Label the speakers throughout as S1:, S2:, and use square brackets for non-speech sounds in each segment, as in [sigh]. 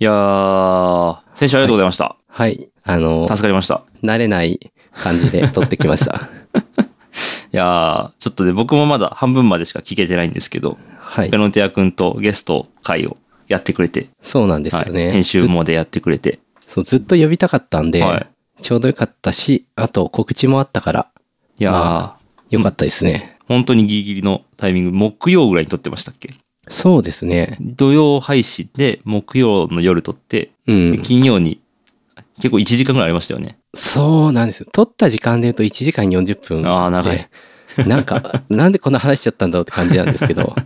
S1: いやー、先週ありがとうございました。
S2: はい。あの、
S1: 助かりました。
S2: 慣れない感じ
S1: [laughs]
S2: で撮ってきました。
S1: いやー、ちょっとね、僕もまだ半分までしか聞けてないんですけど、
S2: はい
S1: ペ。ノテア君とゲスト会をやってくれて、
S2: そうなんですよね。
S1: はい、編集
S2: ず
S1: もでやってくれて、
S2: そうずっと呼びたかったんで、
S1: はい
S2: ちょうどよかったし、あと告知もあったから、
S1: いやー、
S2: まよかったですね。
S1: 本当にギリギリのタイミング、木曜ぐらいに撮ってましたっけ
S2: そうですね。
S1: 土曜配信で木曜の夜撮って、
S2: う
S1: で
S2: ん。
S1: 金曜に結構1時間ぐらいありましたよね。
S2: そうなんですよ。撮った時間で言うと1時間40分で。
S1: あー長い。
S2: なんか、 [laughs] なんでこんな話しちゃったんだろうって感じなんです
S1: [laughs]
S2: けど。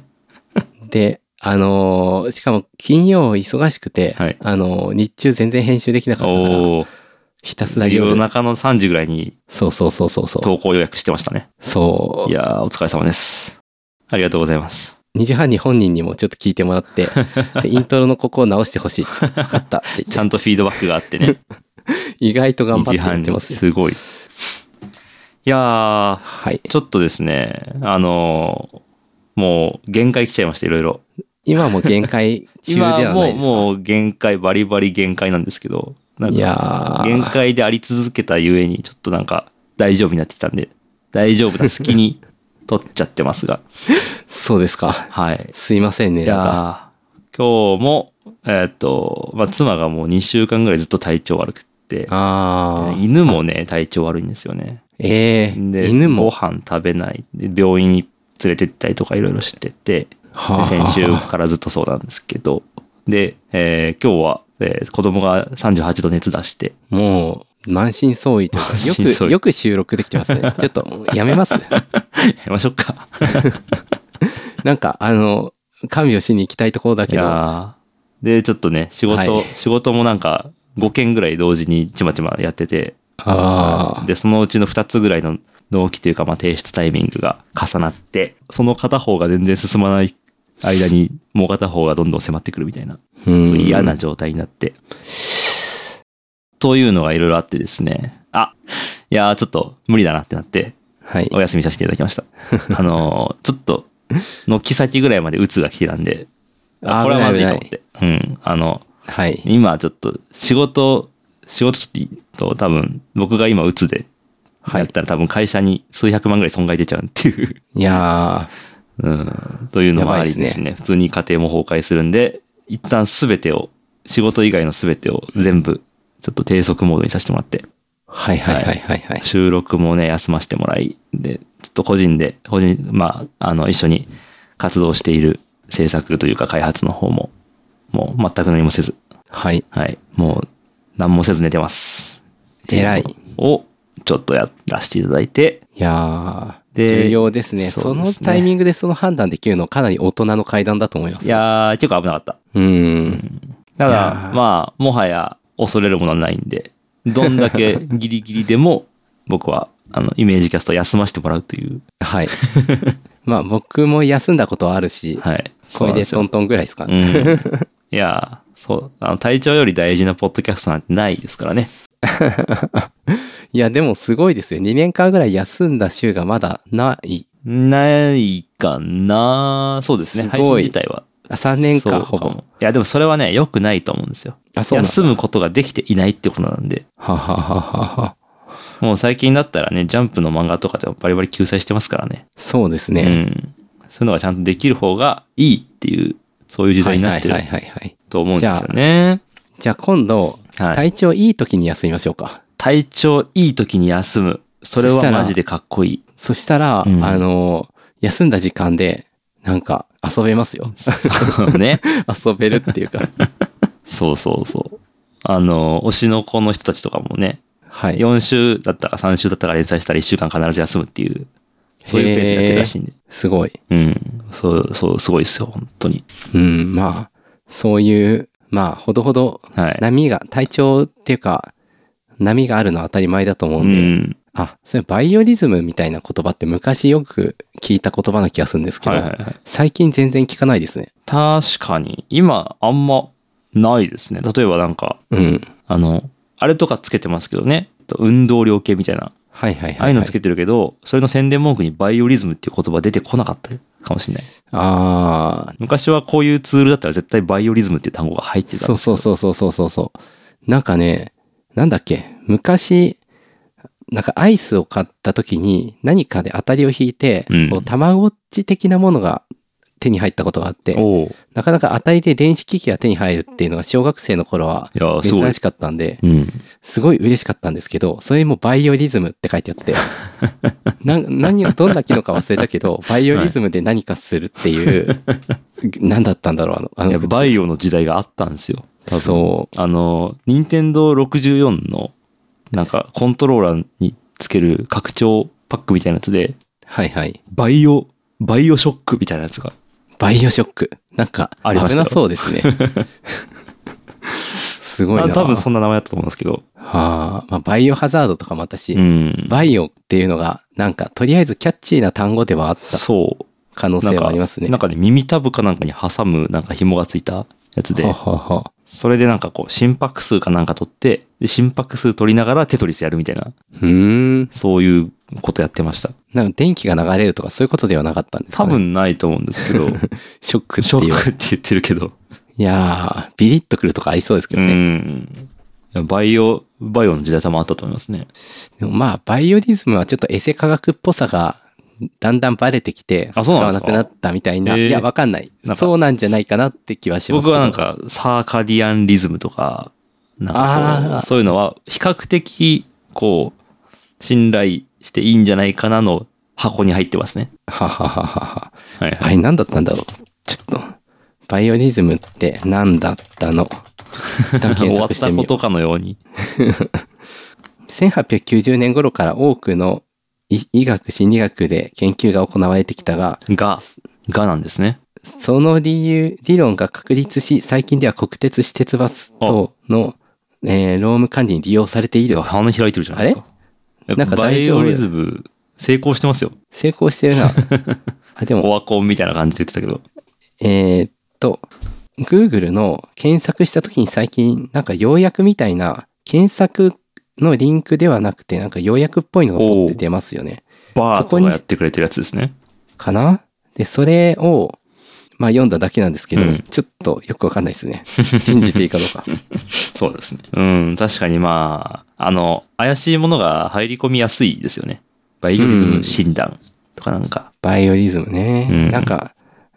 S2: で、あのーしかも金曜忙しくて、
S1: はい
S2: あのー日中全然編集できなかったから、
S1: おー、
S2: ひたすら
S1: 夜
S2: 夜。
S1: 中の3時ぐらいに
S2: そうそうそうそうそう。
S1: 投稿予約してましたね。
S2: そ
S1: いやー、お疲れ様です。ありがとうございます。
S2: う。2時半に本人にもちょっと聞いても
S1: [laughs]
S2: らって、でイントロのここを直してほしい。分かったって言って
S1: [laughs] ちゃんとフィードバックがあってね。
S2: 意外と [laughs] 頑張ってやって
S1: に。
S2: ますよ。
S1: すごい。いや
S2: はい。
S1: ー、ちょっとですね、あのーもう限界来ちゃいました、いろいろ。
S2: 今も限界中で
S1: [laughs] 今
S2: はな
S1: もう、
S2: いですか。
S1: もう限界、バリバリ限界なんですけど、なん
S2: い
S1: か、
S2: やー
S1: 限界であり続けたゆえに、ちょっとなんか、大丈夫になってきたんで、大丈夫な隙に取っちゃってます
S2: [laughs]
S1: が、
S2: そうですか。
S1: はい。
S2: すいませんね。
S1: い
S2: なんか
S1: やー今日も、えーっと、まあ、妻がもう2週間ぐらいずっと体調悪くって、
S2: ああ。
S1: 犬もね、体調悪いんですよね。
S2: ええ
S1: で、
S2: 犬
S1: ご
S2: も。
S1: 飯食べない。で、病院に連れてったりとかいろいろしてて、
S2: は
S1: で
S2: あ
S1: 先週からずっとそうなんですけど、で、えー今日は、えー子供が38度熱出して、 [laughs]
S2: もう、満身創痍というか
S1: 満身創痍
S2: よく、よく収録できてま
S1: [laughs]
S2: すね。ちょっと、もうやめます。
S1: やめましょうか。
S2: なんか、あの、看病しに行きたいところだ
S1: い
S2: けど、
S1: やーで、ちょっとね、仕事、
S2: はい
S1: 仕事もなんか5件ぐらい同時にちまちまやってて、
S2: ああ、
S1: で、そのうちの2つぐらいの納期というか、まあ、提出タイミングが重なって、その片方が全然進まない間に、もう片方がどんどん迫ってくるみたいな。
S2: うん
S1: そう嫌な状態になって。というのがいろいろあってですね。あ、いやーちょっと無理だなってなって、
S2: はい。
S1: お休みさせていただきま [laughs] した。あのーちょっと、軒先ぐらいまで鬱が来てたんで、あこれはまずいと思って。うん。あの、
S2: はい。
S1: 今ちょっと仕事、仕事ちょっと多分、僕が今鬱で、やったら多分会社に数百万ぐらい損害出ちゃうっていう。
S2: いや
S1: うんというのもありですね
S2: やばいっ
S1: 普
S2: す
S1: 通に家庭も崩壊するんで一旦すべてを仕事以外のすべてを全部ちょっと低速モードにさせてもらって
S2: ーはいはいはいはいはい。
S1: 収録もね休ませてもらいでちょっと個人で個人まああの一緒に活動している制作というか開発の方ももう全く何もせず
S2: はい。
S1: はいもう何もせず寝てます
S2: 偉い
S1: ってうのをちょっとやらせていただいて
S2: いやー
S1: で
S2: 重要ですね
S1: そ
S2: そう
S1: ですね
S2: のタイミングでその判断できるのはかなり大人の階段だと思います。
S1: いやー結構危なかった
S2: うん。
S1: た
S2: い
S1: だ
S2: やー
S1: まあもはや恐れるものはないんでどんだけギリギリでも僕はあのイメージキャストを休ませてもらうという [laughs]
S2: はい。まあ僕も休んだことはあるし、
S1: はい
S2: これでト
S1: そ
S2: ントンぐらいですか
S1: う
S2: ね。
S1: なんですよ、うん、いやーそうあの体調より大事なポッドキャストなんてないですからね
S2: いやでもすごいですよ。2年間ぐらい休んだ週がまだない。
S1: ないかなそうですね
S2: すごい
S1: 配信自体は
S2: あ3年
S1: そうか
S2: 間
S1: も
S2: ほぼ。
S1: いやでもそれはね良くないと思うんですよ
S2: あ、そうなんだ
S1: 休むことができていないってことなんで
S2: ははははは。
S1: もう最近だったらねジャンプの漫画とかでもバリバリ救済してますからね
S2: そうです
S1: う
S2: ね。
S1: ん、そういうのがちゃんとできる方がいいっていう、そういう時代になって
S2: はい
S1: る
S2: はいはいはいはい。
S1: と思うんですよね。
S2: じゃあ今度、
S1: はい、
S2: 体調いい時に休みましょうか。
S1: 体調いい時に休む。それ
S2: そし
S1: は
S2: たら
S1: マジでかっこい [laughs] い。
S2: そしたら、
S1: うん
S2: あの、休んだ時間で、なんか遊べます
S1: [laughs]
S2: よ。
S1: そうね。
S2: 遊べるっていう
S1: [laughs]
S2: か。
S1: そうそうそう。あの、推しの子の人たちとかもね、
S2: はい。
S1: 4週だったか3週だったか連載したら1週間必ず休むっていう、そういうペースでやってるらしいんで。
S2: すごい。
S1: うん。そう、そう、すごいですよ、本当に。
S2: うん、まあ、そういう、まあ、ほどほど、
S1: はい。
S2: 波が、体調っていうか、波があるのは当たり前だと思う
S1: うん
S2: で、
S1: ん。
S2: あ、それバイオリズムみたいな言葉って昔よく聞いた言葉な気がするんですけど、
S1: はいはいはい。
S2: 最近全然聞かないですね。
S1: 確かに、今、あんまないですね。例えばなんか、
S2: うん。
S1: あの、あれとかつけてますけどね。と運動量計みたいな。
S2: はいはいはい、はい。
S1: ああいうのつけてるけど、それの宣伝文句にバイオリズムっていう言葉出てこなかったよ。かもしれない。
S2: ああ、
S1: 昔はこういうツールだったら絶対バイオリズムっていう単語が入ってたんですけ
S2: そ
S1: ど
S2: うそうそうそうそうそうそう。なんかね、なんだっけ、昔、なんかアイスを買った時に何かで当たりを引いて、
S1: うん
S2: こうたまごっち的なものが手に入ったことがあって、
S1: おうい
S2: なかなか当たりで電子機器が手に入るっていうのが小学生の頃は
S1: やー、すごい
S2: 珍し。かったんで、
S1: うん。
S2: すごい嬉しかったんですけど、それもバイオリズムって書いてあ
S1: [laughs]
S2: って、な何をどんな機能か忘れたけど、バイオリズムで何かするって
S1: [laughs]
S2: いう、何だったんだろう、あの、あの
S1: いや、バイオの時代があったんですよ。多分。
S2: そ
S1: あの、任天堂64の、なんか、コントローラーにつける拡張パックみたいなやつで、
S2: う。はいはい。
S1: バイオ、バイオショックみたいなやつが。
S2: バイオショック。なんか、
S1: ありまし
S2: 危
S1: たよ
S2: なそうです
S1: [laughs]
S2: ね。すごい
S1: あ
S2: な。
S1: 多分そ
S2: は
S1: んな名前だったと思うんですけど。
S2: あ、まあ、バイオハザードとかもあったし、
S1: うん。
S2: バイオっていうのが、なんか、とりあえずキャッチーな単語ではあった
S1: そう。
S2: 可能
S1: なん
S2: 性
S1: か
S2: はありますね。
S1: なんかね、耳たぶかなんかに挟む、なんか紐がついたやつで
S2: は、はは
S1: それでなんかこう、心拍数かなんか取って、で心拍数取りながらテトリスやるみたいな、
S2: うーん。
S1: そういうことやってました。
S2: なんか、電気が流れるとか、そういうことではなかったんですか、
S1: 多
S2: ね、、
S1: 分ないと思うんですけ
S2: [laughs]
S1: ど、
S2: ショックって
S1: ショ
S2: いう。
S1: ックって言ってるけど、
S2: いやー、ビリッとくるとかありそうですけ
S1: う
S2: どね。
S1: ん。いやバイオ、バイオの時代多分あったと思いますね。
S2: でもまあ、バイオリズムはちょっとエセ科学っぽさが、だんだんバレてきて、
S1: あそうなんです
S2: 使
S1: か
S2: わなくなったみたいな。
S1: えー
S2: いや、わかんない
S1: なんか
S2: そうなんじゃないかなって気はしますけ
S1: 僕
S2: ど。
S1: はなんか、サーカディアンリズムとか、なんかこ
S2: あー
S1: うそういうのは、比較的、こう、信頼していいんじゃないかなの箱に入ってますね。
S2: ははははは。
S1: はい
S2: あ
S1: はい。
S2: れ何だったんだろうちょっと、バイオリズムって何だったの一
S1: 終
S2: 旦検
S1: わっ
S2: 索して
S1: た
S2: み
S1: こ
S2: よう。
S1: とかのように。
S2: 1890年頃から多くの医医学、心理学で研究が行われてきたが、
S1: が、がなんですね。
S2: その理由、理論が確立し、最近では国鉄、私鉄バス等の、えー労務管理に利用されてい
S1: で
S2: る
S1: は、。花開いてるじゃないですか。え
S2: なんか
S1: バ
S2: 大
S1: イ
S2: 丈夫
S1: オリズム、成功してますよ。
S2: 成功して
S1: [laughs]
S2: るな。あ、でも
S1: オ、ワコンみたいな感じで言ってたけど。
S2: えーっと、Google の検索した時に最近、なんか要約みたいな、検索のリンクではなくて、なんか要約っぽいのがポって出ますよね。
S1: バー
S2: そ
S1: と
S2: こ
S1: か
S2: に
S1: やってくれてるやつですね。
S2: かなで、それを、まあ読んだだけなんですけど、
S1: うん
S2: ちょっとよくわかんないですね。信じていいかどう
S1: [laughs]
S2: か。
S1: そうですね。うん、確かにまあ、あの、怪しいものが入り込みやすいですよね。バイオリズム診断とかなんか。
S2: バイオリズムね。
S1: うん
S2: なんか、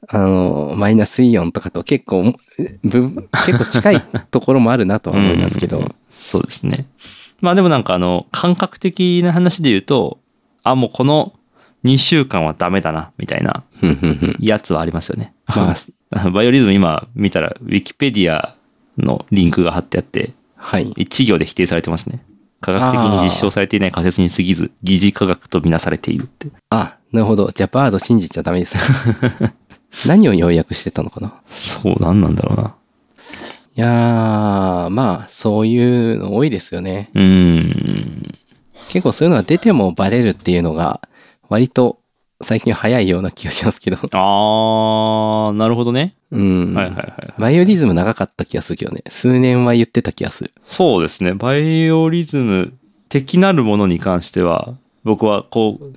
S2: あの、マイナスイオンとかと結構、ぶ結構近いところもあるなとは思いますけ
S1: うん
S2: ど、
S1: そうですね。まあでもなんかあの、感覚的な話で言うと、あ、もうこの2週間はダメだな、みたいな
S2: ふんふんふん。
S1: やつはありますよね。
S2: まあ、
S1: バイオリズム今見たら、ウィキペディアのリンクが貼ってあって、
S2: はい。
S1: 一行で否定されてますね。科学的に実証されていない仮説に過ぎず、疑似科学とみなされているって。
S2: あ、なるほど。じゃあ、バード信じちゃダメ
S1: [laughs]
S2: ですね。何を要約してたのかな
S1: そう、なんなんだろうな。
S2: いやー、まあ、そういうの多いですよね。
S1: うーん。
S2: 結構そういうのが出てもバレるっていうのが、割と最近は早いような気がしますけど。
S1: あー、なるほどね。
S2: うん。
S1: はいはいはい。
S2: バイオリズム長かった気がするけどね。数年は言ってた気がする。
S1: そうですね。バイオリズム的なるものに関しては、僕はこう、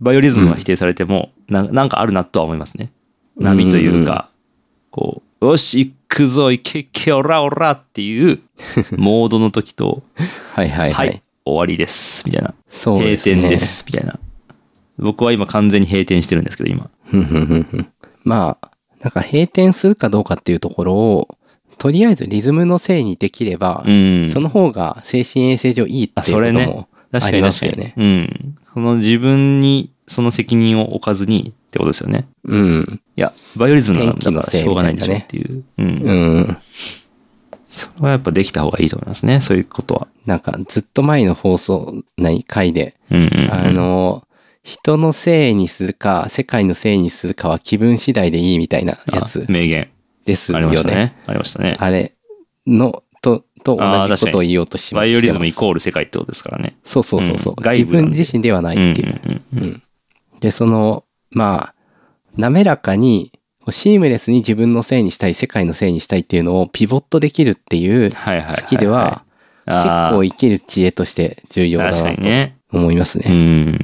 S1: バイオリズムが否定されても、ななんかあるなとは思いますね。波というか、こう、よし、行くぞ、行け行け、オラオラっていう
S2: [laughs]
S1: モードの時と、
S2: はいはい
S1: は
S2: はい。
S1: い、終わりです、みたいな。
S2: そう
S1: 閉
S2: ですね。
S1: 店です、みたいな。僕は今完全に閉店してるんですけど、今。
S2: ふんふんふんふん。まあ、なんか閉店するかどうかっていうところを、とりあえずリズムのせいにできれば、
S1: うん。
S2: その方が精神衛生上いいっていうこと
S1: あそれね
S2: も
S1: 確
S2: あ
S1: か
S2: り
S1: に
S2: ま
S1: 確
S2: す
S1: か
S2: よ
S1: に。
S2: ね。
S1: うん。その自分にその責任を置かずにってことですよね。
S2: うん。
S1: いや、バイオリズムならだ
S2: 天気
S1: か
S2: の
S1: ら
S2: せい
S1: しょうがないんでしょっていう。うん。
S2: うん。
S1: それはやっぱできた方がいいと思いますね、そういうことは。
S2: なんかずっと前の放送、ない回で、
S1: うんうんうん。
S2: あの、人のせいにするか、世界のせいにするかは気分次第でいいみたいな
S1: あ、
S2: やつ
S1: 名言。
S2: です
S1: あ
S2: よ
S1: りました
S2: ね。
S1: ね。ありましたね。
S2: あれの、と、と
S1: あー
S2: 同じことを言おうとしま
S1: バイオリズムイ
S2: う。
S1: コール世界ってことですからね。
S2: そうそうそうそう
S1: う。ん外
S2: 自
S1: 部なんで
S2: 分自身ではないっていう。
S1: うんうんうん
S2: うん。で、その、まあ、滑らかに、こうシームレスに自分のせいにしたい、世界のせいにしたいっていうのをピボットできるっていう
S1: はいはいはい、はい。
S2: スキルは、結
S1: あー、
S2: 構生きる知恵として重要だ
S1: 確か
S2: な
S1: に
S2: と
S1: ね。
S2: 思います
S1: う
S2: ね。
S1: ん。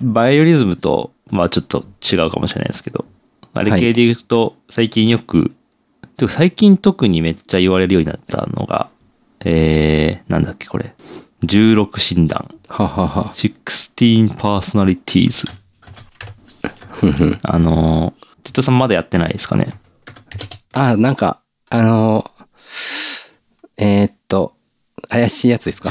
S1: バイオリズムと、まあちょっと違うかもしれないですけど、あれ系で言うと、最近よく、てか最近特にめっちゃ言われるようになったのが、えー、なんだっけこれ。16診断。
S2: ははは。
S1: 16パーソナリティーズ。
S2: ふんふん
S1: あのー、テッドさんまだやってないですかね。
S2: あ、なんか、あのーえーっと、怪しいや
S1: [laughs]
S2: つですか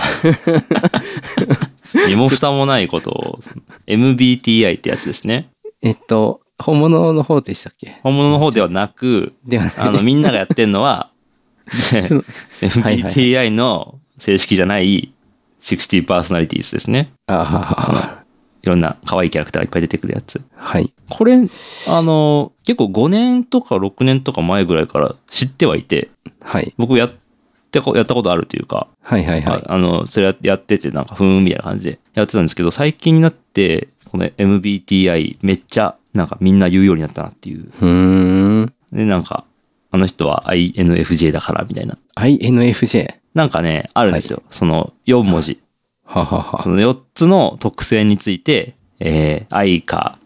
S1: 身も蓋もないことを、MBTI ってやつですね。
S2: えっと、本物の方でしたっけ
S1: 本物の方ではなく、
S2: では
S1: あの、みんながやってんのは、
S2: はいはい
S1: MBTI の正式じゃない60パーソナリティーズですね。
S2: [laughs] あはは。
S1: いろんな可愛いキャラクターがいっぱい出てくるやつ。
S2: はい。
S1: これ、あの、結構5年とか6年とか前ぐらいから知ってはいて、
S2: はい。
S1: 僕やってこ、やったことあるというか、
S2: はいはいはい。
S1: ああの、それややってて、なんか、ふーんみたいな感じでやってたんですけど、最近になって、この MBTI めっちゃ、なんかみんな言うようになったなっていう。
S2: うーん。
S1: で、なんか、あの人は INFJ だからみたいな。
S2: INFJ。
S1: なんかね、あるんですよ。その4文字。
S2: はは
S1: そ
S2: は。
S1: の4つの特性について、えー、愛か、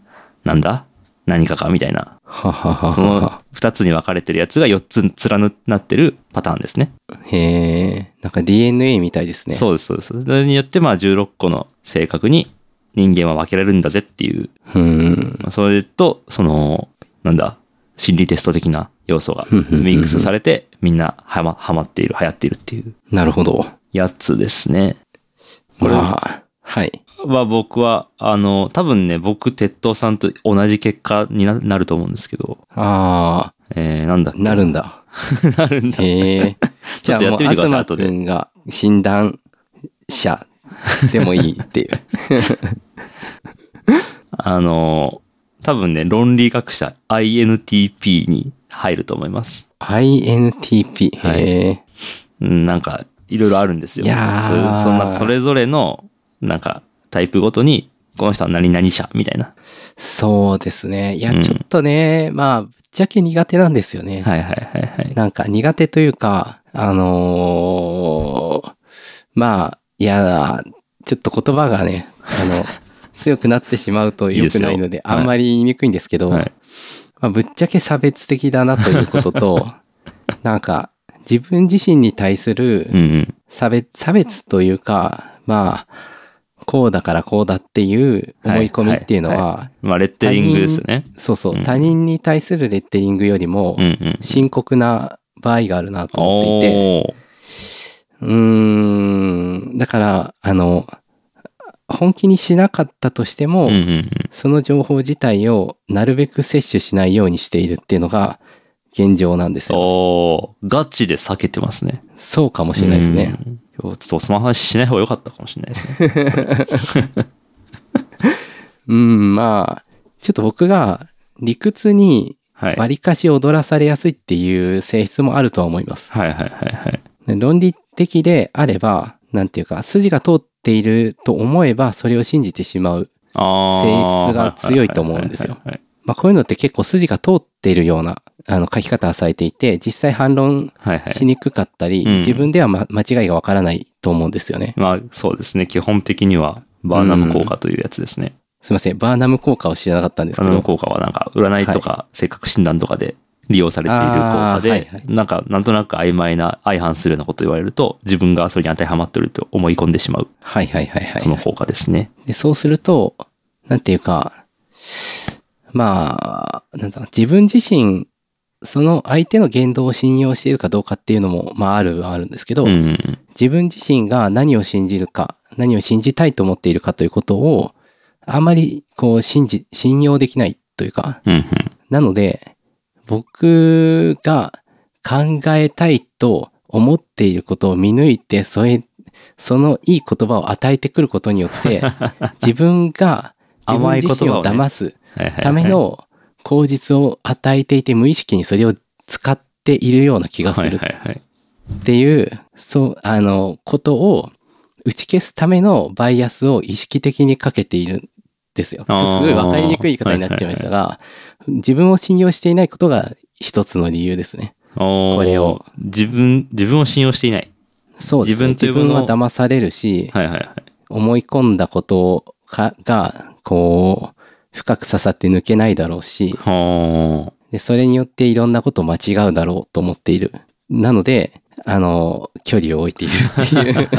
S1: なんだ何かかみたいな。
S2: ははは
S1: その
S2: [laughs] は。
S1: 2つに分かれてるやつが4つ連なってるパターンですね。
S2: へえ。なんか DNA みたいですね。
S1: そうです、そうです。それによって、まあ16個の性格に人間は分けられるんだぜっていう
S2: うーん。
S1: まあそれと、その、なんだ、心理テスト的な要素が
S2: うんうんうんうん
S1: ミックスされて、みんなはま、はまっている、流行っているっていう
S2: なるほど。
S1: やつですね。これ
S2: まあ、はい。
S1: は僕は、あの、多分ね、僕、鉄道さんと同じ結果にななると思うんですけど、
S2: あ
S1: えー、なんだっ
S2: あ、
S1: け
S2: なるんだ。
S1: [laughs] なるんだ。
S2: へえ。
S1: [laughs] ちょっとやってみてください
S2: じゃあもう
S1: 後
S2: 東
S1: で
S2: 君が診断者でもいいって
S1: [laughs]
S2: いう。
S1: あの、多分ね、論理学者 INTP に入ると思います。
S2: INTP。
S1: はい
S2: へえ。
S1: うん、なんか、いろいろあるんですよ。
S2: いやー
S1: そそんなそれぞれの、なんか、タイプごとに、この人は何々者みたいな。
S2: そうですね。いや、
S1: うん
S2: ちょっとね、まあ、ぶっちゃけ苦手なんですよね。
S1: はいはいはいはい。
S2: なんか苦手というか、あのーまあ、いや、ちょっと言葉がね、あ
S1: [laughs]
S2: の、強くなってしまうと
S1: いいで
S2: 良
S1: す
S2: く
S1: よ
S2: ないので、
S1: はい
S2: あんまり言いにくいんですけど、
S1: はい、
S2: まあ、ぶっちゃけ差別的だなということ
S1: [laughs]
S2: と、なんか、自分自身に対する
S1: うんうん。
S2: 差別、差別というか、まあ、こうだからこうだっていう思い込みっていうのは、
S1: はまあ、レッテリングですよね。
S2: そうそう、
S1: うん
S2: 他人に対するレッテリングよりも
S1: うんうん。
S2: 深刻な場合があるなと思っていて、
S1: おー
S2: うーん、だから、あの、本気にしなかったとしても、
S1: うんうんうん。
S2: その情報自体をなるべく摂取しないようにしているっていうのが現状なんですよ。
S1: おーガチで避けてますね。
S2: そうかもしれないですね。
S1: うん。今日ちょっとその話しない方が良かったかもしれないです
S2: [laughs]
S1: ね。
S2: うん、まあ、ちょっと僕が理屈に
S1: はい。はい
S2: 割かし踊らされやすいっていう性質もあるとは思います。
S1: はいはいはい。
S2: で論理的であれば、なんていうか、筋が通っていると思えば、それを信じてしまう。
S1: あー
S2: 性質が強いと思うんですよ。
S1: はい
S2: まあ、こういうのって結構筋が通っているような、あの、書き方をされていて、実際反論
S1: はいはい。
S2: しにくかったり、
S1: うん
S2: 自分では、ま、間違いがわからないと思うんですよね。
S1: まあ、そうですね。基本的には、バーナム効果というやつですね。
S2: すいません、バーナム効果を知らなかったんです
S1: バ
S2: け
S1: ーナム
S2: ど、
S1: 効果はなんか、占いとか、性格診断とかで利用されている効果で、
S2: あーはいはい
S1: なんか、なんとなく曖昧な、相反するようなことを言われると、自分がそれに当てはまってると思い込んでしまう、
S2: はいはいはいはい。
S1: その効果ですね。
S2: で、そうすると、なんていうか、まあ、なんだろう自分自身、その相手の言動を信用しているかどうかっていうのも、まああるはあるんですけど、
S1: うん。
S2: 自分自身が何を信じるか、何を信じたいと思っているかということを、あまりこう信じ、信用できないというか、
S1: うんうん。
S2: なので、僕が考えたいと思っていることを見抜いて、それ、そのいい言葉を与えてくることによ
S1: [laughs]
S2: って、自分が
S1: 甘
S2: 自分
S1: い言
S2: 自
S1: 葉
S2: 身
S1: を
S2: を
S1: ね
S2: 騙す
S1: はいはいはい
S2: ための口実を与えていて、無意識にそれを使っているような気がす
S1: はい
S2: る
S1: はいはい。
S2: っていう、そう、あの、ことを打ち消すためのバイアスを意識的にかけているんですよ。ちょっ
S1: あー
S2: とすごい分かりにくい言い方になっちゃいましたが、自分を信用していないことが一つの理由ですね。
S1: おー
S2: これを。
S1: 自分、自分を信用していない。
S2: そうです
S1: 自
S2: ね。
S1: 分とい
S2: 自
S1: うものを
S2: 分は騙されるし、
S1: はいはいはい。
S2: 思い込んだことかが、こう、深く刺さって抜けないだろうし、
S1: は
S2: で、それによっていろんなことを間違うだろうと思っている。なので、あの、距離を置いているっていう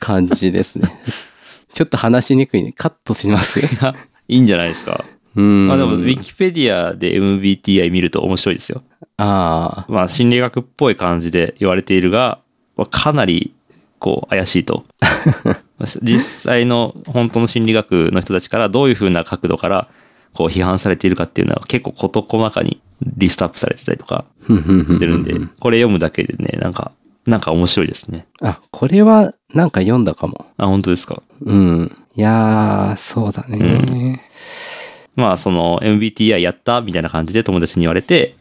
S2: 感じですね。 [laughs] ちょっと話しにくいね。カットし
S1: [laughs]
S2: ます。
S1: あ。いいんじゃないですか。
S2: う
S1: [laughs]
S2: ん。
S1: まあでも、ウィキペディアで MBTI 見ると面白いですよ。
S2: ああ、
S1: まあ、心理学っぽい感じで言われているが、まあかなり、こう、怪しい [laughs] と。実際の本当の心理学の人たちからどういうふうな角度から、こう、批判されているかっていうのは結構事細かにリストアップされてたりとか
S2: ふんふんふんふん
S1: してるんで、これ読むだけでね、なんか、なんか面白いですね。
S2: あ、これはなんか読んだかも。
S1: あ、本当ですか。
S2: うん。いやー、そうだね。
S1: まあ、その MBTI やったみたいな感じで友達に言われて、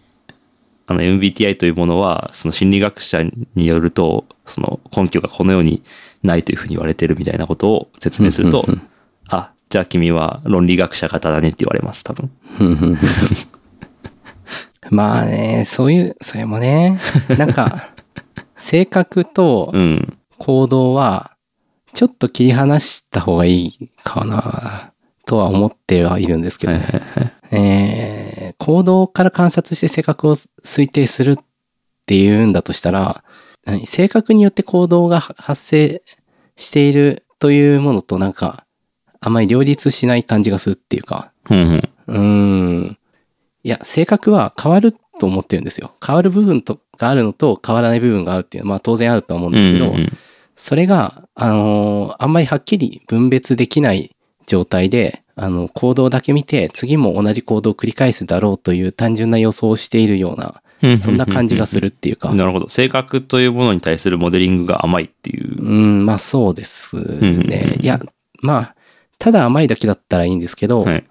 S1: あの MBTI というものは、その心理学者によると、その根拠がこのようにないというふうに言われてるみたいなことを説明すると
S2: うんうんうん、
S1: あ、じゃあ君は論理学者型だねって言われます、多分。
S2: ふんふんふん [laughs] まあね、そういう、それもね、なんか、性格と
S1: [laughs] うん。
S2: 行動は、ちょっと切り離した方がいいかな、とは思ってはいるんですけど
S1: はい
S2: ね、
S1: はい
S2: えー行動から観察して性格を推定するっていうんだとしたら、何性格によって行動が発生しているというものとなんか、あまり両立しない感じがするっていうか、
S1: うんうん。
S2: うーん。いや、性格は変わると思ってるんですよ。変わる部分とがあるのと変わらない部分があるっていうのは、まあ当然あるとは思うんですけど、
S1: うんうんうん
S2: それが、あのーあんまりはっきり分別できない状態で、あの、行動だけ見て、次も同じ行動を繰り返すだろうという単純な予想をしているような、そんな感じがするっていうか、
S1: なるほど。性格というものに対するモデリングが甘いっていう。
S2: うん、まあそうです
S1: うんうん
S2: ね。いや、まあ、ただ甘いだけだったらいいんですけど、
S1: はい。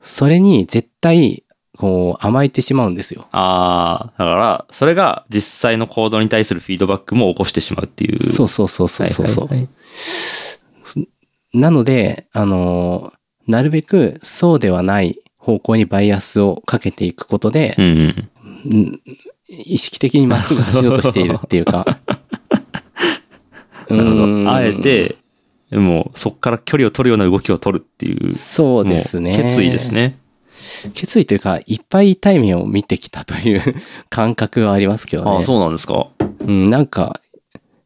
S2: それに絶対、こう、甘えてしまうんですよ。
S1: ああ、だから、それが実際の行動に対するフィードバックも起こしてしまうっていう。
S2: そうそうそうそうそうそう。
S1: はいはいはい
S2: なので、あのーなるべくそうではない方向にバイアスをかけていくことで、
S1: うんうん。
S2: うん意識的にまっすぐ走ろうとしているっていうか。
S1: [laughs] なるほ
S2: う
S1: ど。
S2: ん
S1: あえ、て、もうそこから距離を取るような動きを取るっていう。
S2: そうですね。
S1: もう決意です。ね。
S2: 決意というか、いっぱい痛い目を見てきたという感覚はありますけどね。
S1: ああ、そうなんですか。
S2: うん、なんか、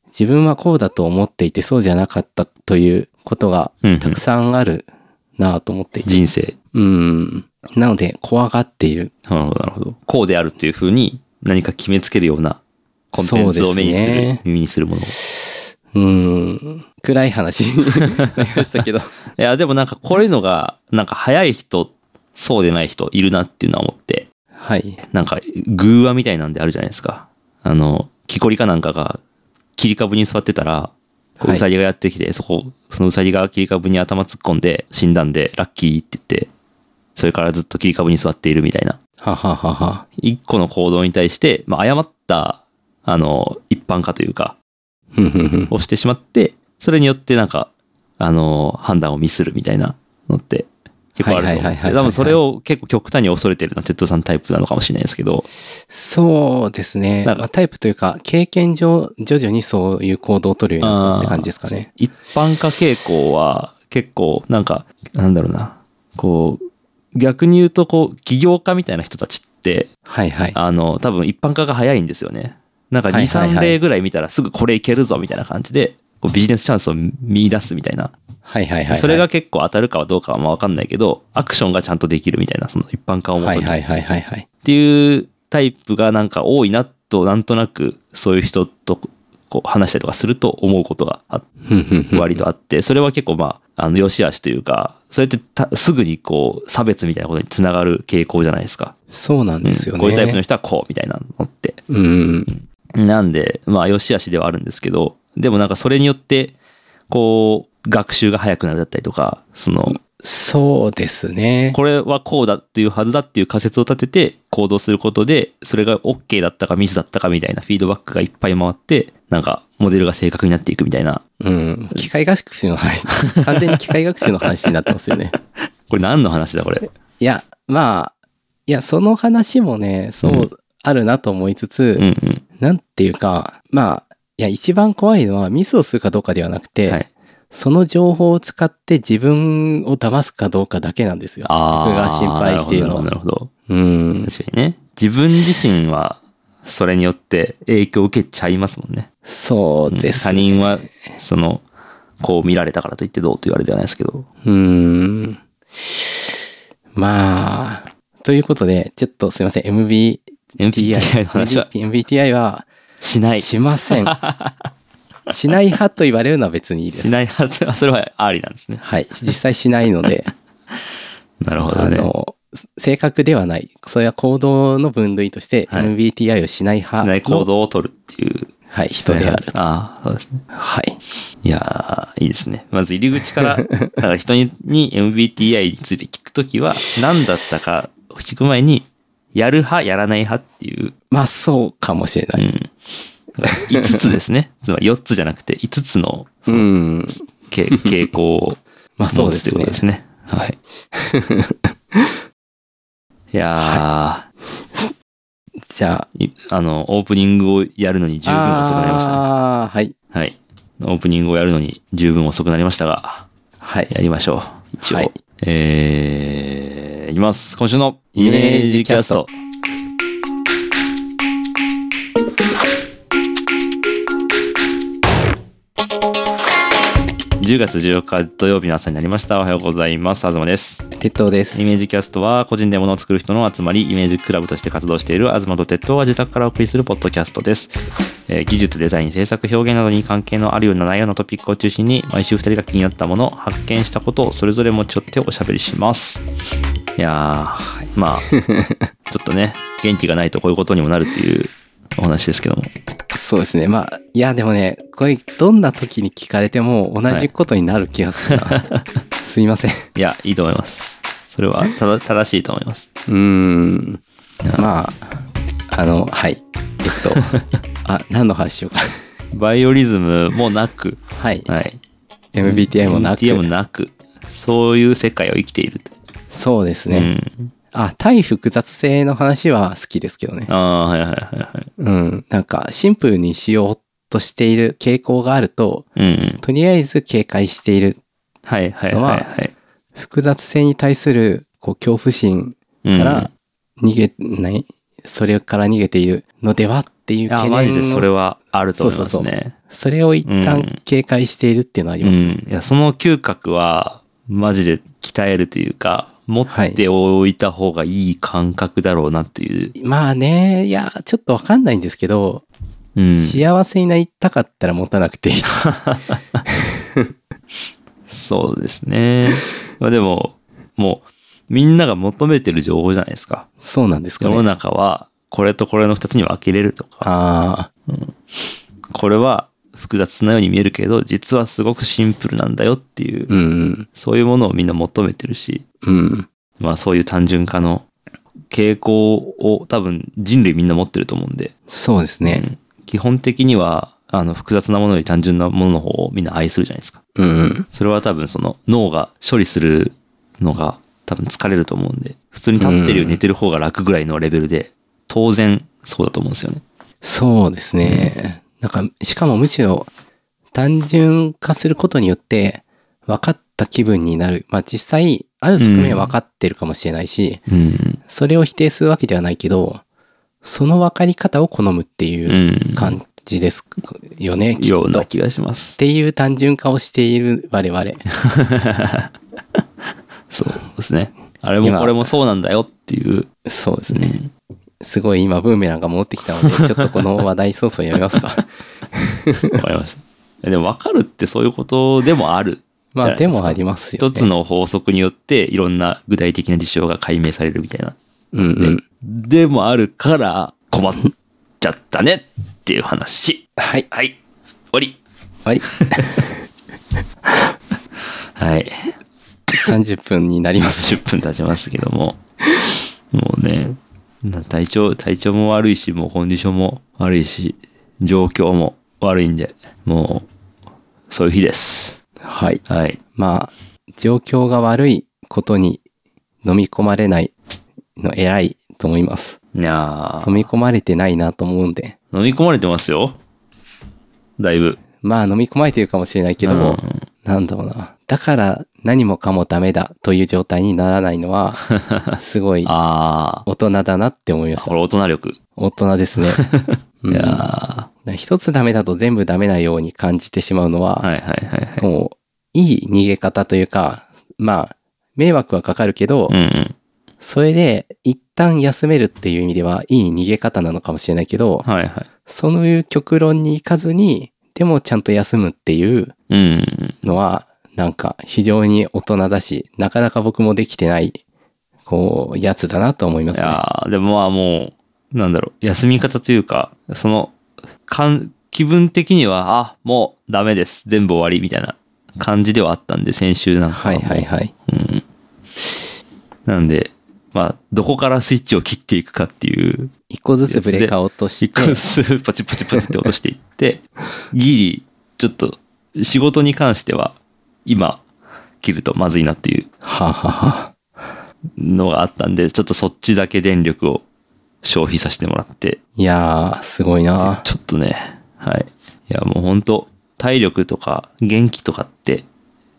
S2: 自分はこうだと思っていて、そうじゃなかったということが
S1: うんうん
S2: たくさんあるなぁと思っていて。
S1: 人生。
S2: うん。なので、怖がっている。
S1: なるほど、なるほど。こうであるっていうふうに何か決めつけるようなコンテンツを目にす
S2: そう
S1: る、
S2: ですね
S1: 耳にするものを。
S2: うん。暗い
S1: [laughs]
S2: 話 [laughs] になりましたけど。
S1: いや、でもなんかこういうのが、なんか早い人、そうでない人いるなっていうのは思って、
S2: はい。
S1: なんか偶話みたいなんであるじゃないですか。あの、木こりかなんかが切り株に座ってたら、こう
S2: はいう
S1: さぎがやってきて、そこ、そのうさぎが切り株に頭突っ込んで死んだんで、ラッキーって言って、それからずっと切り株に座っているみたいな。
S2: はははは。
S1: 一個の行動に対して、まあ、誤った、あの、一般化というか、
S2: ふんふんふん
S1: をしてしまって、それによってなんか、あの、判断をミスるみたいなのって、結構あると思
S2: はいはいは
S1: っ
S2: いはいは
S1: て。
S2: い
S1: 多分それを結構極端に恐れてるのは、テッドさんタイプなのかもしれないですけど、
S2: そうですね。
S1: なんか
S2: まあ、タイプというか、経験上、徐々にそういう行動を取るようになったって感じですかね。
S1: 一般化傾向は結構なんかなんだろうなこう逆に言うとこう起業家みたいな人たちって
S2: はいはい。
S1: あの多分一般化が早いんですよねなんか
S2: はいはいはい
S1: 23例ぐらい見たらすぐこれいけるぞみたいな感じでこうビジネスチャンスを見出すみたいな
S2: はいはいはい。
S1: それが、結構当たるかはどうかはまあ分かんないけどアクションがちゃんとできるみたいなその一般化を求
S2: は
S1: め
S2: い
S1: て
S2: はいはいはいはい。
S1: っていうタイプがなんか多いなとなんとなくそういう人とこう話したりとかすると思うことがあって
S2: ふんふんふん
S1: 割とあって、それは結構まあ、あの、良し悪しというか、それってたすぐにこう、差別みたいなことにつながる傾向じゃないですか。
S2: そうなんですよ
S1: うん
S2: ね。
S1: こういうタイプの人はこう、みたいなのって。
S2: うん。
S1: なんで、まあ、良し悪しではあるんですけど、でもなんかそれによって、こう、学習が早くなるだったりとか、その、
S2: そうですね。
S1: これはこうだっていうはずだっていう仮説を立てて行動することで、それが OK だったかミスだったかみたいなフィードバックがいっぱい回って、なんか、モデルが正確になっていくみたいな。
S2: うん。機械学習の話、完全に機械学習の話になってま
S1: [laughs]
S2: すよね。
S1: これ何の話だ、これ。
S2: いや、まあ、いや、その話もね、そう、
S1: うん
S2: あるなと思いつつ、
S1: うんうん。
S2: なんていうか、まあ、いや、一番怖いのはミスをするかどうかではなくて、
S1: はい
S2: その情報を使って自分を騙すかどうかだけなんですよ。
S1: ああ。
S2: 僕が心配しているのは
S1: なるほどなるほど。
S2: うん。
S1: 確かにね。自分自身は、それによって影響を受けちゃいますもんね。
S2: そうです、
S1: 他人は、その、こう見られたからといってどうというあれではないですけど。
S2: うーん。まあ、ということで、ちょっとすいません、MBTI。
S1: MBTI の話は
S2: MBTI は
S1: しない。
S2: しません。しない派と言われるのは別にいいです。
S1: しないはず、あそれはありなんですね。
S2: はい。実際しないので、
S1: [laughs] なるほど
S2: あ
S1: ね。
S2: の、性格ではない。それは行動の分類として、
S1: はい
S2: MBTI をしない
S1: し
S2: 派
S1: な
S2: の
S1: い行動を取るっていう。
S2: はい、人である。
S1: ああ、そうですね。
S2: はい。
S1: いやー、いいですね。まず入り口から、だから人にに MBTI について聞くときは、何だったか聞く前に、やる派、やらない派っていう、
S2: まあ、そうかもしれな
S1: う
S2: い。
S1: ん。だから5つですね。つまり4つじゃなくて、5つの
S2: うん。
S1: け傾向を
S2: まあ、そうで
S1: 持つとい
S2: す
S1: うこと
S2: ね
S1: で。すね。はい。いやー、
S2: じゃあ、
S1: いあの、オープニングをやるのに十分遅くなりましたね。
S2: ああ、はい。
S1: はい。オープニングをやるのに十分遅くなりましたが、
S2: はい。
S1: やりましょう。一応。
S2: はい
S1: えー、いきます。今週のイメージキャスト。10月14日土曜日の朝になりました。おはようございます。東です。
S2: 鉄道です
S1: イ。メージキャストは個人で物を作る人の集まりイメージクラブとして活動している東と鉄道が自宅からお送りするポッドキャストです、えー技術デザイン制作表現などに関係のあるようなないようなトピックを中心に毎週2人が気になったもの発見したことをそれぞれ持ち寄っておしゃべりしますいやーまあちょっとね元気がないとこういうことにもなるっていうお話ですけども
S2: そうですね。まあ、いや、でもね、これ、どんな時に聞かれても同じことになる気がするな。 [laughs] すいません。
S1: いやいいと思いますそれはただ正しいと思います
S2: うーん
S1: や。
S2: まあ、あの、はい。えっと、 [laughs] あ、何の話しようか。
S1: バイオリズムもなく
S2: はい。
S1: はい、
S2: MBTI もなく。
S1: MBTI もなくそういう世界を生きていると
S2: そうですね。
S1: うん、
S2: あ、対複雑性の話は好きですけどね。
S1: ああはいはいはいはい
S2: うん。なんか、シンプルにしようとしている傾向があると、
S1: うんうん
S2: とりあえず警戒している。
S1: はいはいはいはい
S2: 複雑性に対する、こう、恐怖心
S1: うん
S2: から逃げない、それから逃げているのではっていう
S1: いや
S2: 懸念を
S1: マジでそれはあると思いますね
S2: それを一
S1: うん
S2: 旦警戒しているっていうのはあり
S1: う
S2: ます、
S1: んいやその嗅覚はマジで鍛えるというか持っておいた方がいい感覚だろうなっていう、
S2: まあねいやちょっとわかんないんですけど、
S1: うん、
S2: 幸せになりたかったら持たなく
S1: [laughs]
S2: ていい
S1: そうですねまあでももうみんなが求めてる情報じゃないですか
S2: そうなんですか
S1: 世の
S2: ね
S1: 中はこれとこれの2つに分けれるとか
S2: ああ
S1: これは複雑なように見えるけど実はすごくシンプルなんだよっていう、
S2: うん
S1: そういうものをみんな求めてるし
S2: うん
S1: まあそういう単純化の傾向を多分人類みんな持ってると思うんで、
S2: そうです
S1: う
S2: ね
S1: ん基本的にはあの複雑なものより単純なものの方をみんな愛するじゃないですか
S2: うん、うん、
S1: それは多分その脳が処理するのが多分疲れると思うんで普通に立ってるより
S2: うん
S1: 寝てる方が楽ぐらいのレベルで当然そうだと思うんですよね
S2: そうですねなんかしかもむしろ単純化することによって分かった気分になるまあ実際ある側面は分かってるかもしれないし、
S1: うん
S2: それを否定するわけではないけど、その分かり方を好むって
S1: う
S2: いうん感じですよね、きっ
S1: よう
S2: と。
S1: な
S2: っ
S1: 気がします
S2: ていう単純化をしている我々。
S1: そうですね。あれも
S2: 今
S1: これもそうなんだよっていう。
S2: [laughs] そうですね。すごい今ブーメランが戻ってきた [laughs] ので、ちょっとこの話題そうそうやめますか。
S1: わかりました。でも分かるってそういうことでもある。
S2: まあでもあり
S1: ま
S2: ますよ、ね。
S1: 一つ。の法則によっていろんな具体的な事象が解明されるみたいな。
S2: うんうん。
S1: でもあるから困っちゃったねっていう話。
S2: はい。
S1: はい。終わり。
S2: はい。 [laughs]
S1: はい。
S2: 30分になります。
S1: 10分経ちますけども。もうね、な体調、体調も悪いし、もうコンディションも悪いし、状況も悪いんで、もう、そういう日です。
S2: はい。
S1: はい。
S2: まあ、状況が悪いことに飲み込まれないの偉いと思います。
S1: いやー
S2: 飲み込まれてないなと思うんで。
S1: 飲み込まれてますよ。だいぶ。
S2: まあ飲み込まれてるかもしれないけど、
S1: うん
S2: もなんだろうな。だから何もかもダメだという状態にならない
S1: [laughs]
S2: のは、すごい
S1: あ
S2: 大人だなって思いま
S1: あ、
S2: す
S1: こ。れ大人力。
S2: 大人です
S1: [laughs]
S2: ね。うん
S1: いやー
S2: 一つダメだと全部ダメなように感じてしまうのは、
S1: はいはいはいはい。
S2: もう、いい逃げ方というか、まあ、迷惑はかかるけど、
S1: うんうん。
S2: それで一旦休めるっていう意味では、いい逃げ方なのかもしれないけど、
S1: はいはい。
S2: そういう極論に行かずに、でもちゃんと休むっていう
S1: うんうん
S2: のは、なんか非常に大人だし、なかなか僕もできてない、こう、やつだなと思いま
S1: うん。い
S2: すね。
S1: やーでもまあもう、なんだろう、休み方というか、その、かん気分的には、あ、もうダメです。全部終わりみたいな感じではあったんで、先週なんか
S2: はいはいはい。
S1: うん。なんで、まあ、どこからスイッチを切っていくかっていう、
S2: 一個ずつブレーカーを落とし
S1: 一
S2: て
S1: 個、ずつパチパチパチって落としていって、ギリ、ちょっと、仕事に関しては、今、切るとまずいなっていう
S2: はあはあはあ
S1: のがあったんで、ちょっとそっちだけ電力を消費させてもらって、
S2: いやー、すごいな。
S1: ちょっとね、はい。いや、もう本当体力とか元気とかって、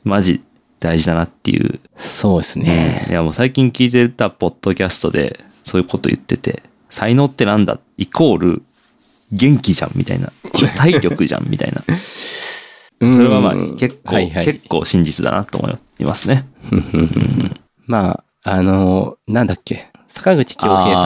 S1: マジ大事だなっていう
S2: そうですね。
S1: ねいやもう最近聞いてたポッドキャストでそういうこと言ってて才能ってなんだイコール元気じゃんみたい
S2: [laughs]
S1: な体力じゃんみたいなそれはまあ
S2: うん
S1: 結構、
S2: はいはい
S1: 結構真実だなと思いますね
S2: まあ、あの、なんだっけ、坂口京平さ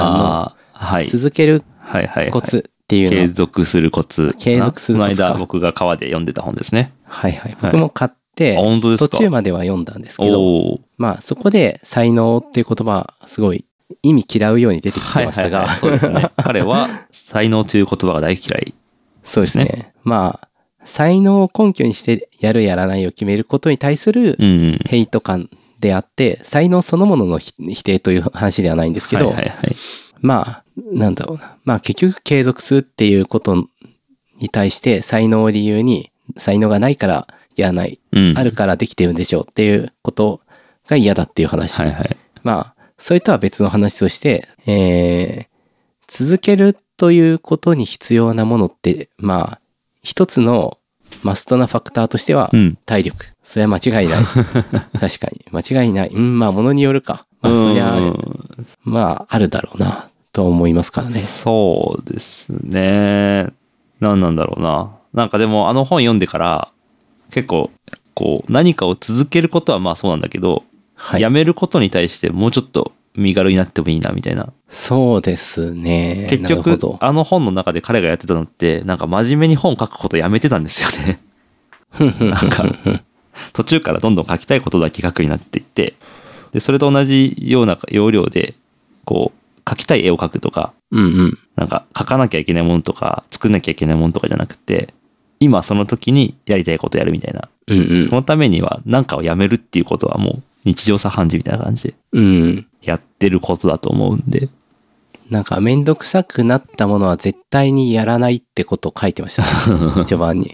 S1: あーは
S2: ん
S1: い
S2: の続ける
S1: はいはい
S2: コ
S1: はい
S2: ツっていうの、
S1: 継続するコツ
S2: 継続するコツか
S1: この間僕が川で読んでた本ですね
S2: はいはい、僕も買って、
S1: あ本当です
S2: 途
S1: か
S2: 中までは読んだんですけど、
S1: おお
S2: まあそこで才能っていう言葉、すごい意味嫌うように出てき
S1: は
S2: て
S1: い
S2: まし
S1: は
S2: た
S1: い
S2: が、
S1: はいそうです [laughs] ね彼は才能という言葉が大嫌い
S2: [laughs] そうです
S1: で
S2: ね。まあ、才能を根拠にしてやるやらないを決めることに対する
S1: うんうん
S2: ヘイト感であって、才能そのもののひ否定という話ではないんですけど、
S1: はいはいはい
S2: まあ、なんだろうな。まあ結局継続するっていうことに対して才能を理由に才能がないからやらない、
S1: うん
S2: あるからできてるんでしょうっていうことが嫌だっていう話。
S1: はいはい
S2: まあ、それとは別の話として、えー、続けるということに必要なものって、まあ、一つのマストなファクターとしては
S1: うん
S2: 体力。それは間
S1: [laughs]
S2: 違いない。確かに。間違いない。うん、まあ、ものによるか。まあ、そりゃ、
S1: うん
S2: まあ、あるだろうな、と思いますからね。
S1: そうですね。何なんだろうな。なんかでもあの本読んでから結構こう何かを続けることはまあそうなんだけど、
S2: はい
S1: や。めることに対してもうちょっと身軽になってもいいなみたいな。
S2: そうですね。
S1: 結
S2: なるほ
S1: 局
S2: ど。
S1: あの本の中で彼がやってたのってなんか真面目に本書くことやめてたんですよね。 [laughs] なんか途中からどんどん書きたいことだけ書くようになっていってでそれと同じような要領でこう書きたい絵を描くとか
S2: うんうん。
S1: なんか書かなきゃいけないものとか作んなきゃいけないものとかじゃなくて今その時にやりたいことやるみたいな、
S2: うん
S1: そのためには何かをやめるっていうことはもう日常茶飯事みたいな感じで
S2: うん。うん。
S1: やってることだと思うんで
S2: なんか、めんどくさくなったものは絶対にやらないってことを書いて
S1: [laughs]
S2: ました。序盤に。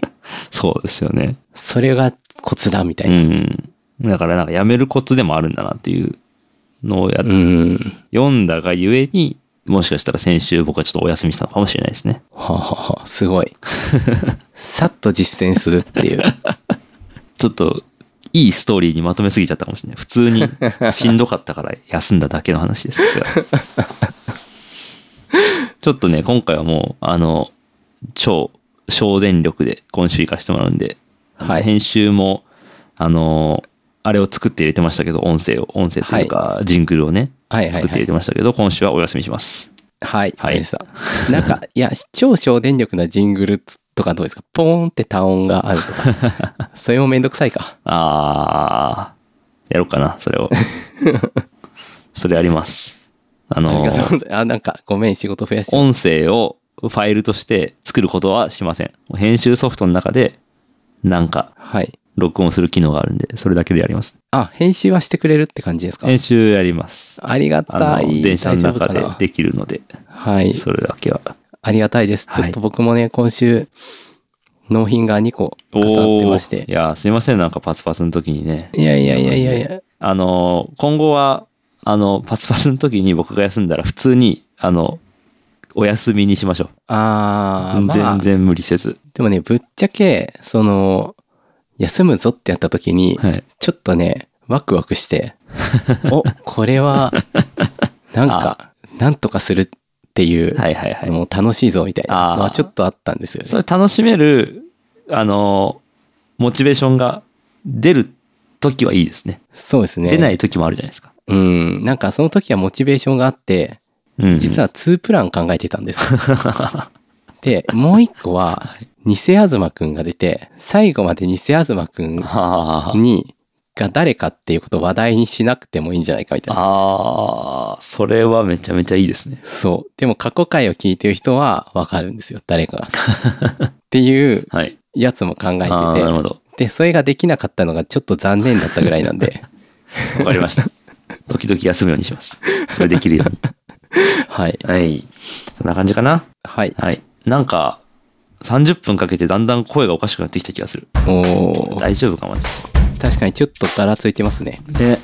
S1: そうですよね
S2: それがコツだ、みたいうな。
S1: んだからなんかやめるコツでもあるんだなっていうのをや、
S2: うん。
S1: 読んだがゆえにもしかしたら先週僕はちょっとお休みしたのかもしれないですね
S2: はあはあはあすごい。さっと実践するっていう。
S1: ちょっといいストーリーにまとめすぎちゃったかもしれない普通にしんどかったから休んだだけの話ですけど
S2: [laughs]
S1: ちょっとね今回はもうあの超省電力で今週行かせてもらうんで、
S2: はい
S1: 編集もあのあれを作って入れてましたけど音声を音声というか、ジングルをね
S2: はいはい
S1: 作って
S2: は
S1: 入れ
S2: い。
S1: てましたけど、今週はお休みします
S2: はい。わ
S1: は
S2: か
S1: い
S2: りました。なんか、いや、超省電力なジングルとかどうですかポーンって単音があるとか。
S1: [laughs]
S2: それもめんどくさいか。
S1: あーやろうかなそ
S2: [laughs]
S1: れをそれありますあ
S2: あ
S1: の
S2: りがとうございます。あ、なんか、ごめん、仕事増やして。
S1: 音声をファイルとして作ることはしません。編集ソフトの中で、なんか、
S2: はい。
S1: 録音する機能があるんで、それだけでやります。
S2: あ、編集はしてくれるって感じですか
S1: 編集やります。
S2: ありがた
S1: あ
S2: い。
S1: の、電車の
S2: 大丈夫
S1: 中
S2: か
S1: で
S2: な
S1: できるので、
S2: はい。
S1: それだけは。
S2: ありがたいです。
S1: はい
S2: ちょっと僕もね、今週、納品が2個重なってまし
S1: ーい
S2: て。
S1: やー、すいません、なんかパツパツの時にね。
S2: いやいやいやいやいや。
S1: あのー、今後は、あの、パツパツの時に僕が休んだら、普通に、あの、お休みにしましょう。
S2: あー、まあ、
S1: 全然無理せず。
S2: でもね、ぶっちゃけ、その、休むぞってやった時に、
S1: はい。
S2: ちょっとね、ワクワクして、お、こ
S1: [laughs]
S2: れは、なんか、なんとかするっていう、
S1: はいはいはい。
S2: もう楽しいぞみたいな
S1: あー
S2: のはちょっとあったんですよね
S1: そ。れ楽しめる、あの、モチベーションが出る時はいいですね。
S2: そうですね。
S1: 出ない時もあるじゃないですか。
S2: うん。なんかその時はモチベーションがあって、
S1: うん。
S2: 実は2プラン考えてた
S1: [laughs]
S2: んです。
S1: は。
S2: で、もう一個は、偽東くんが出て、最後まで偽東くん
S1: [laughs] あー
S2: に、が誰かっていうことを話題にしなくてもいいんじゃないかみたいな。
S1: あー、それはめちゃめちゃいいですね。
S2: そう。でも過去回を聞いてる人はわかるんですよ。誰かが。っていう
S1: はい。
S2: やつも考えて
S1: あーなるほ
S2: て。
S1: ど。
S2: で、それができなかったのがちょっと残念だったぐらいなんで。
S1: わかりま
S2: [laughs]
S1: した。時々休むようにします。それできるように。
S2: はい。
S1: はい。そんな感じかな。
S2: はい。
S1: はい。なんか、30分かけてだんだん声がおかしくなってきた気がする。
S2: おー
S1: 大丈夫か、マジ
S2: 確かにちょっとガラついてますね。
S1: で。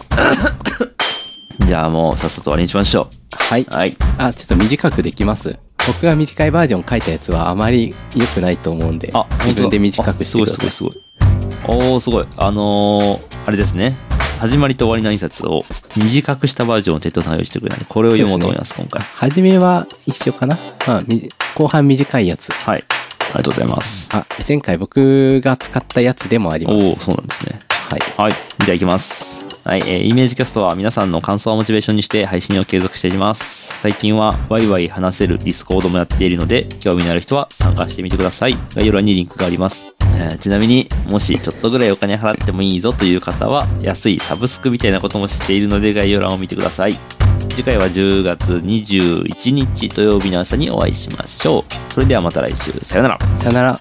S1: [coughs] で、じゃあもうさっさと終わりにしましょ
S2: はい。
S1: う。はい。
S2: あ、ちょっと短くできます。僕が短いバージョン書いたやつはあまり良くないと思うんで、自分で短くしてください。
S1: あすごいすごいすごい。おー、すごい。あのーあれですね。始まりと終わりの挨拶を短くしたバージョンをテッドさんが用意してくれたので、これを読もうと思います、今回。
S2: 初めは一緒かな、まあ、み後半短いやつ。
S1: はい。ありがとうございます。
S2: あ、前回僕が使ったやつでもあり
S1: お
S2: ます。
S1: ー、そうなんですね。
S2: はい。
S1: はい。じゃあ行きます。はい。えーイメージキャストは皆さんの感想をモチベーションにして配信を継続しています。最近はワイワイ話せるディスコードもやっているので、興味のある人は参加してみてください。概要欄にリンクがあります。えーちなみに、もしちょっとぐらいお金払ってもいいぞという方は、安いサブスクみたいなこともしているので、概要欄を見てください。次回は10月21日土曜日の朝にお会いしましょう。それではまた来週。さようなら。
S2: さよなら。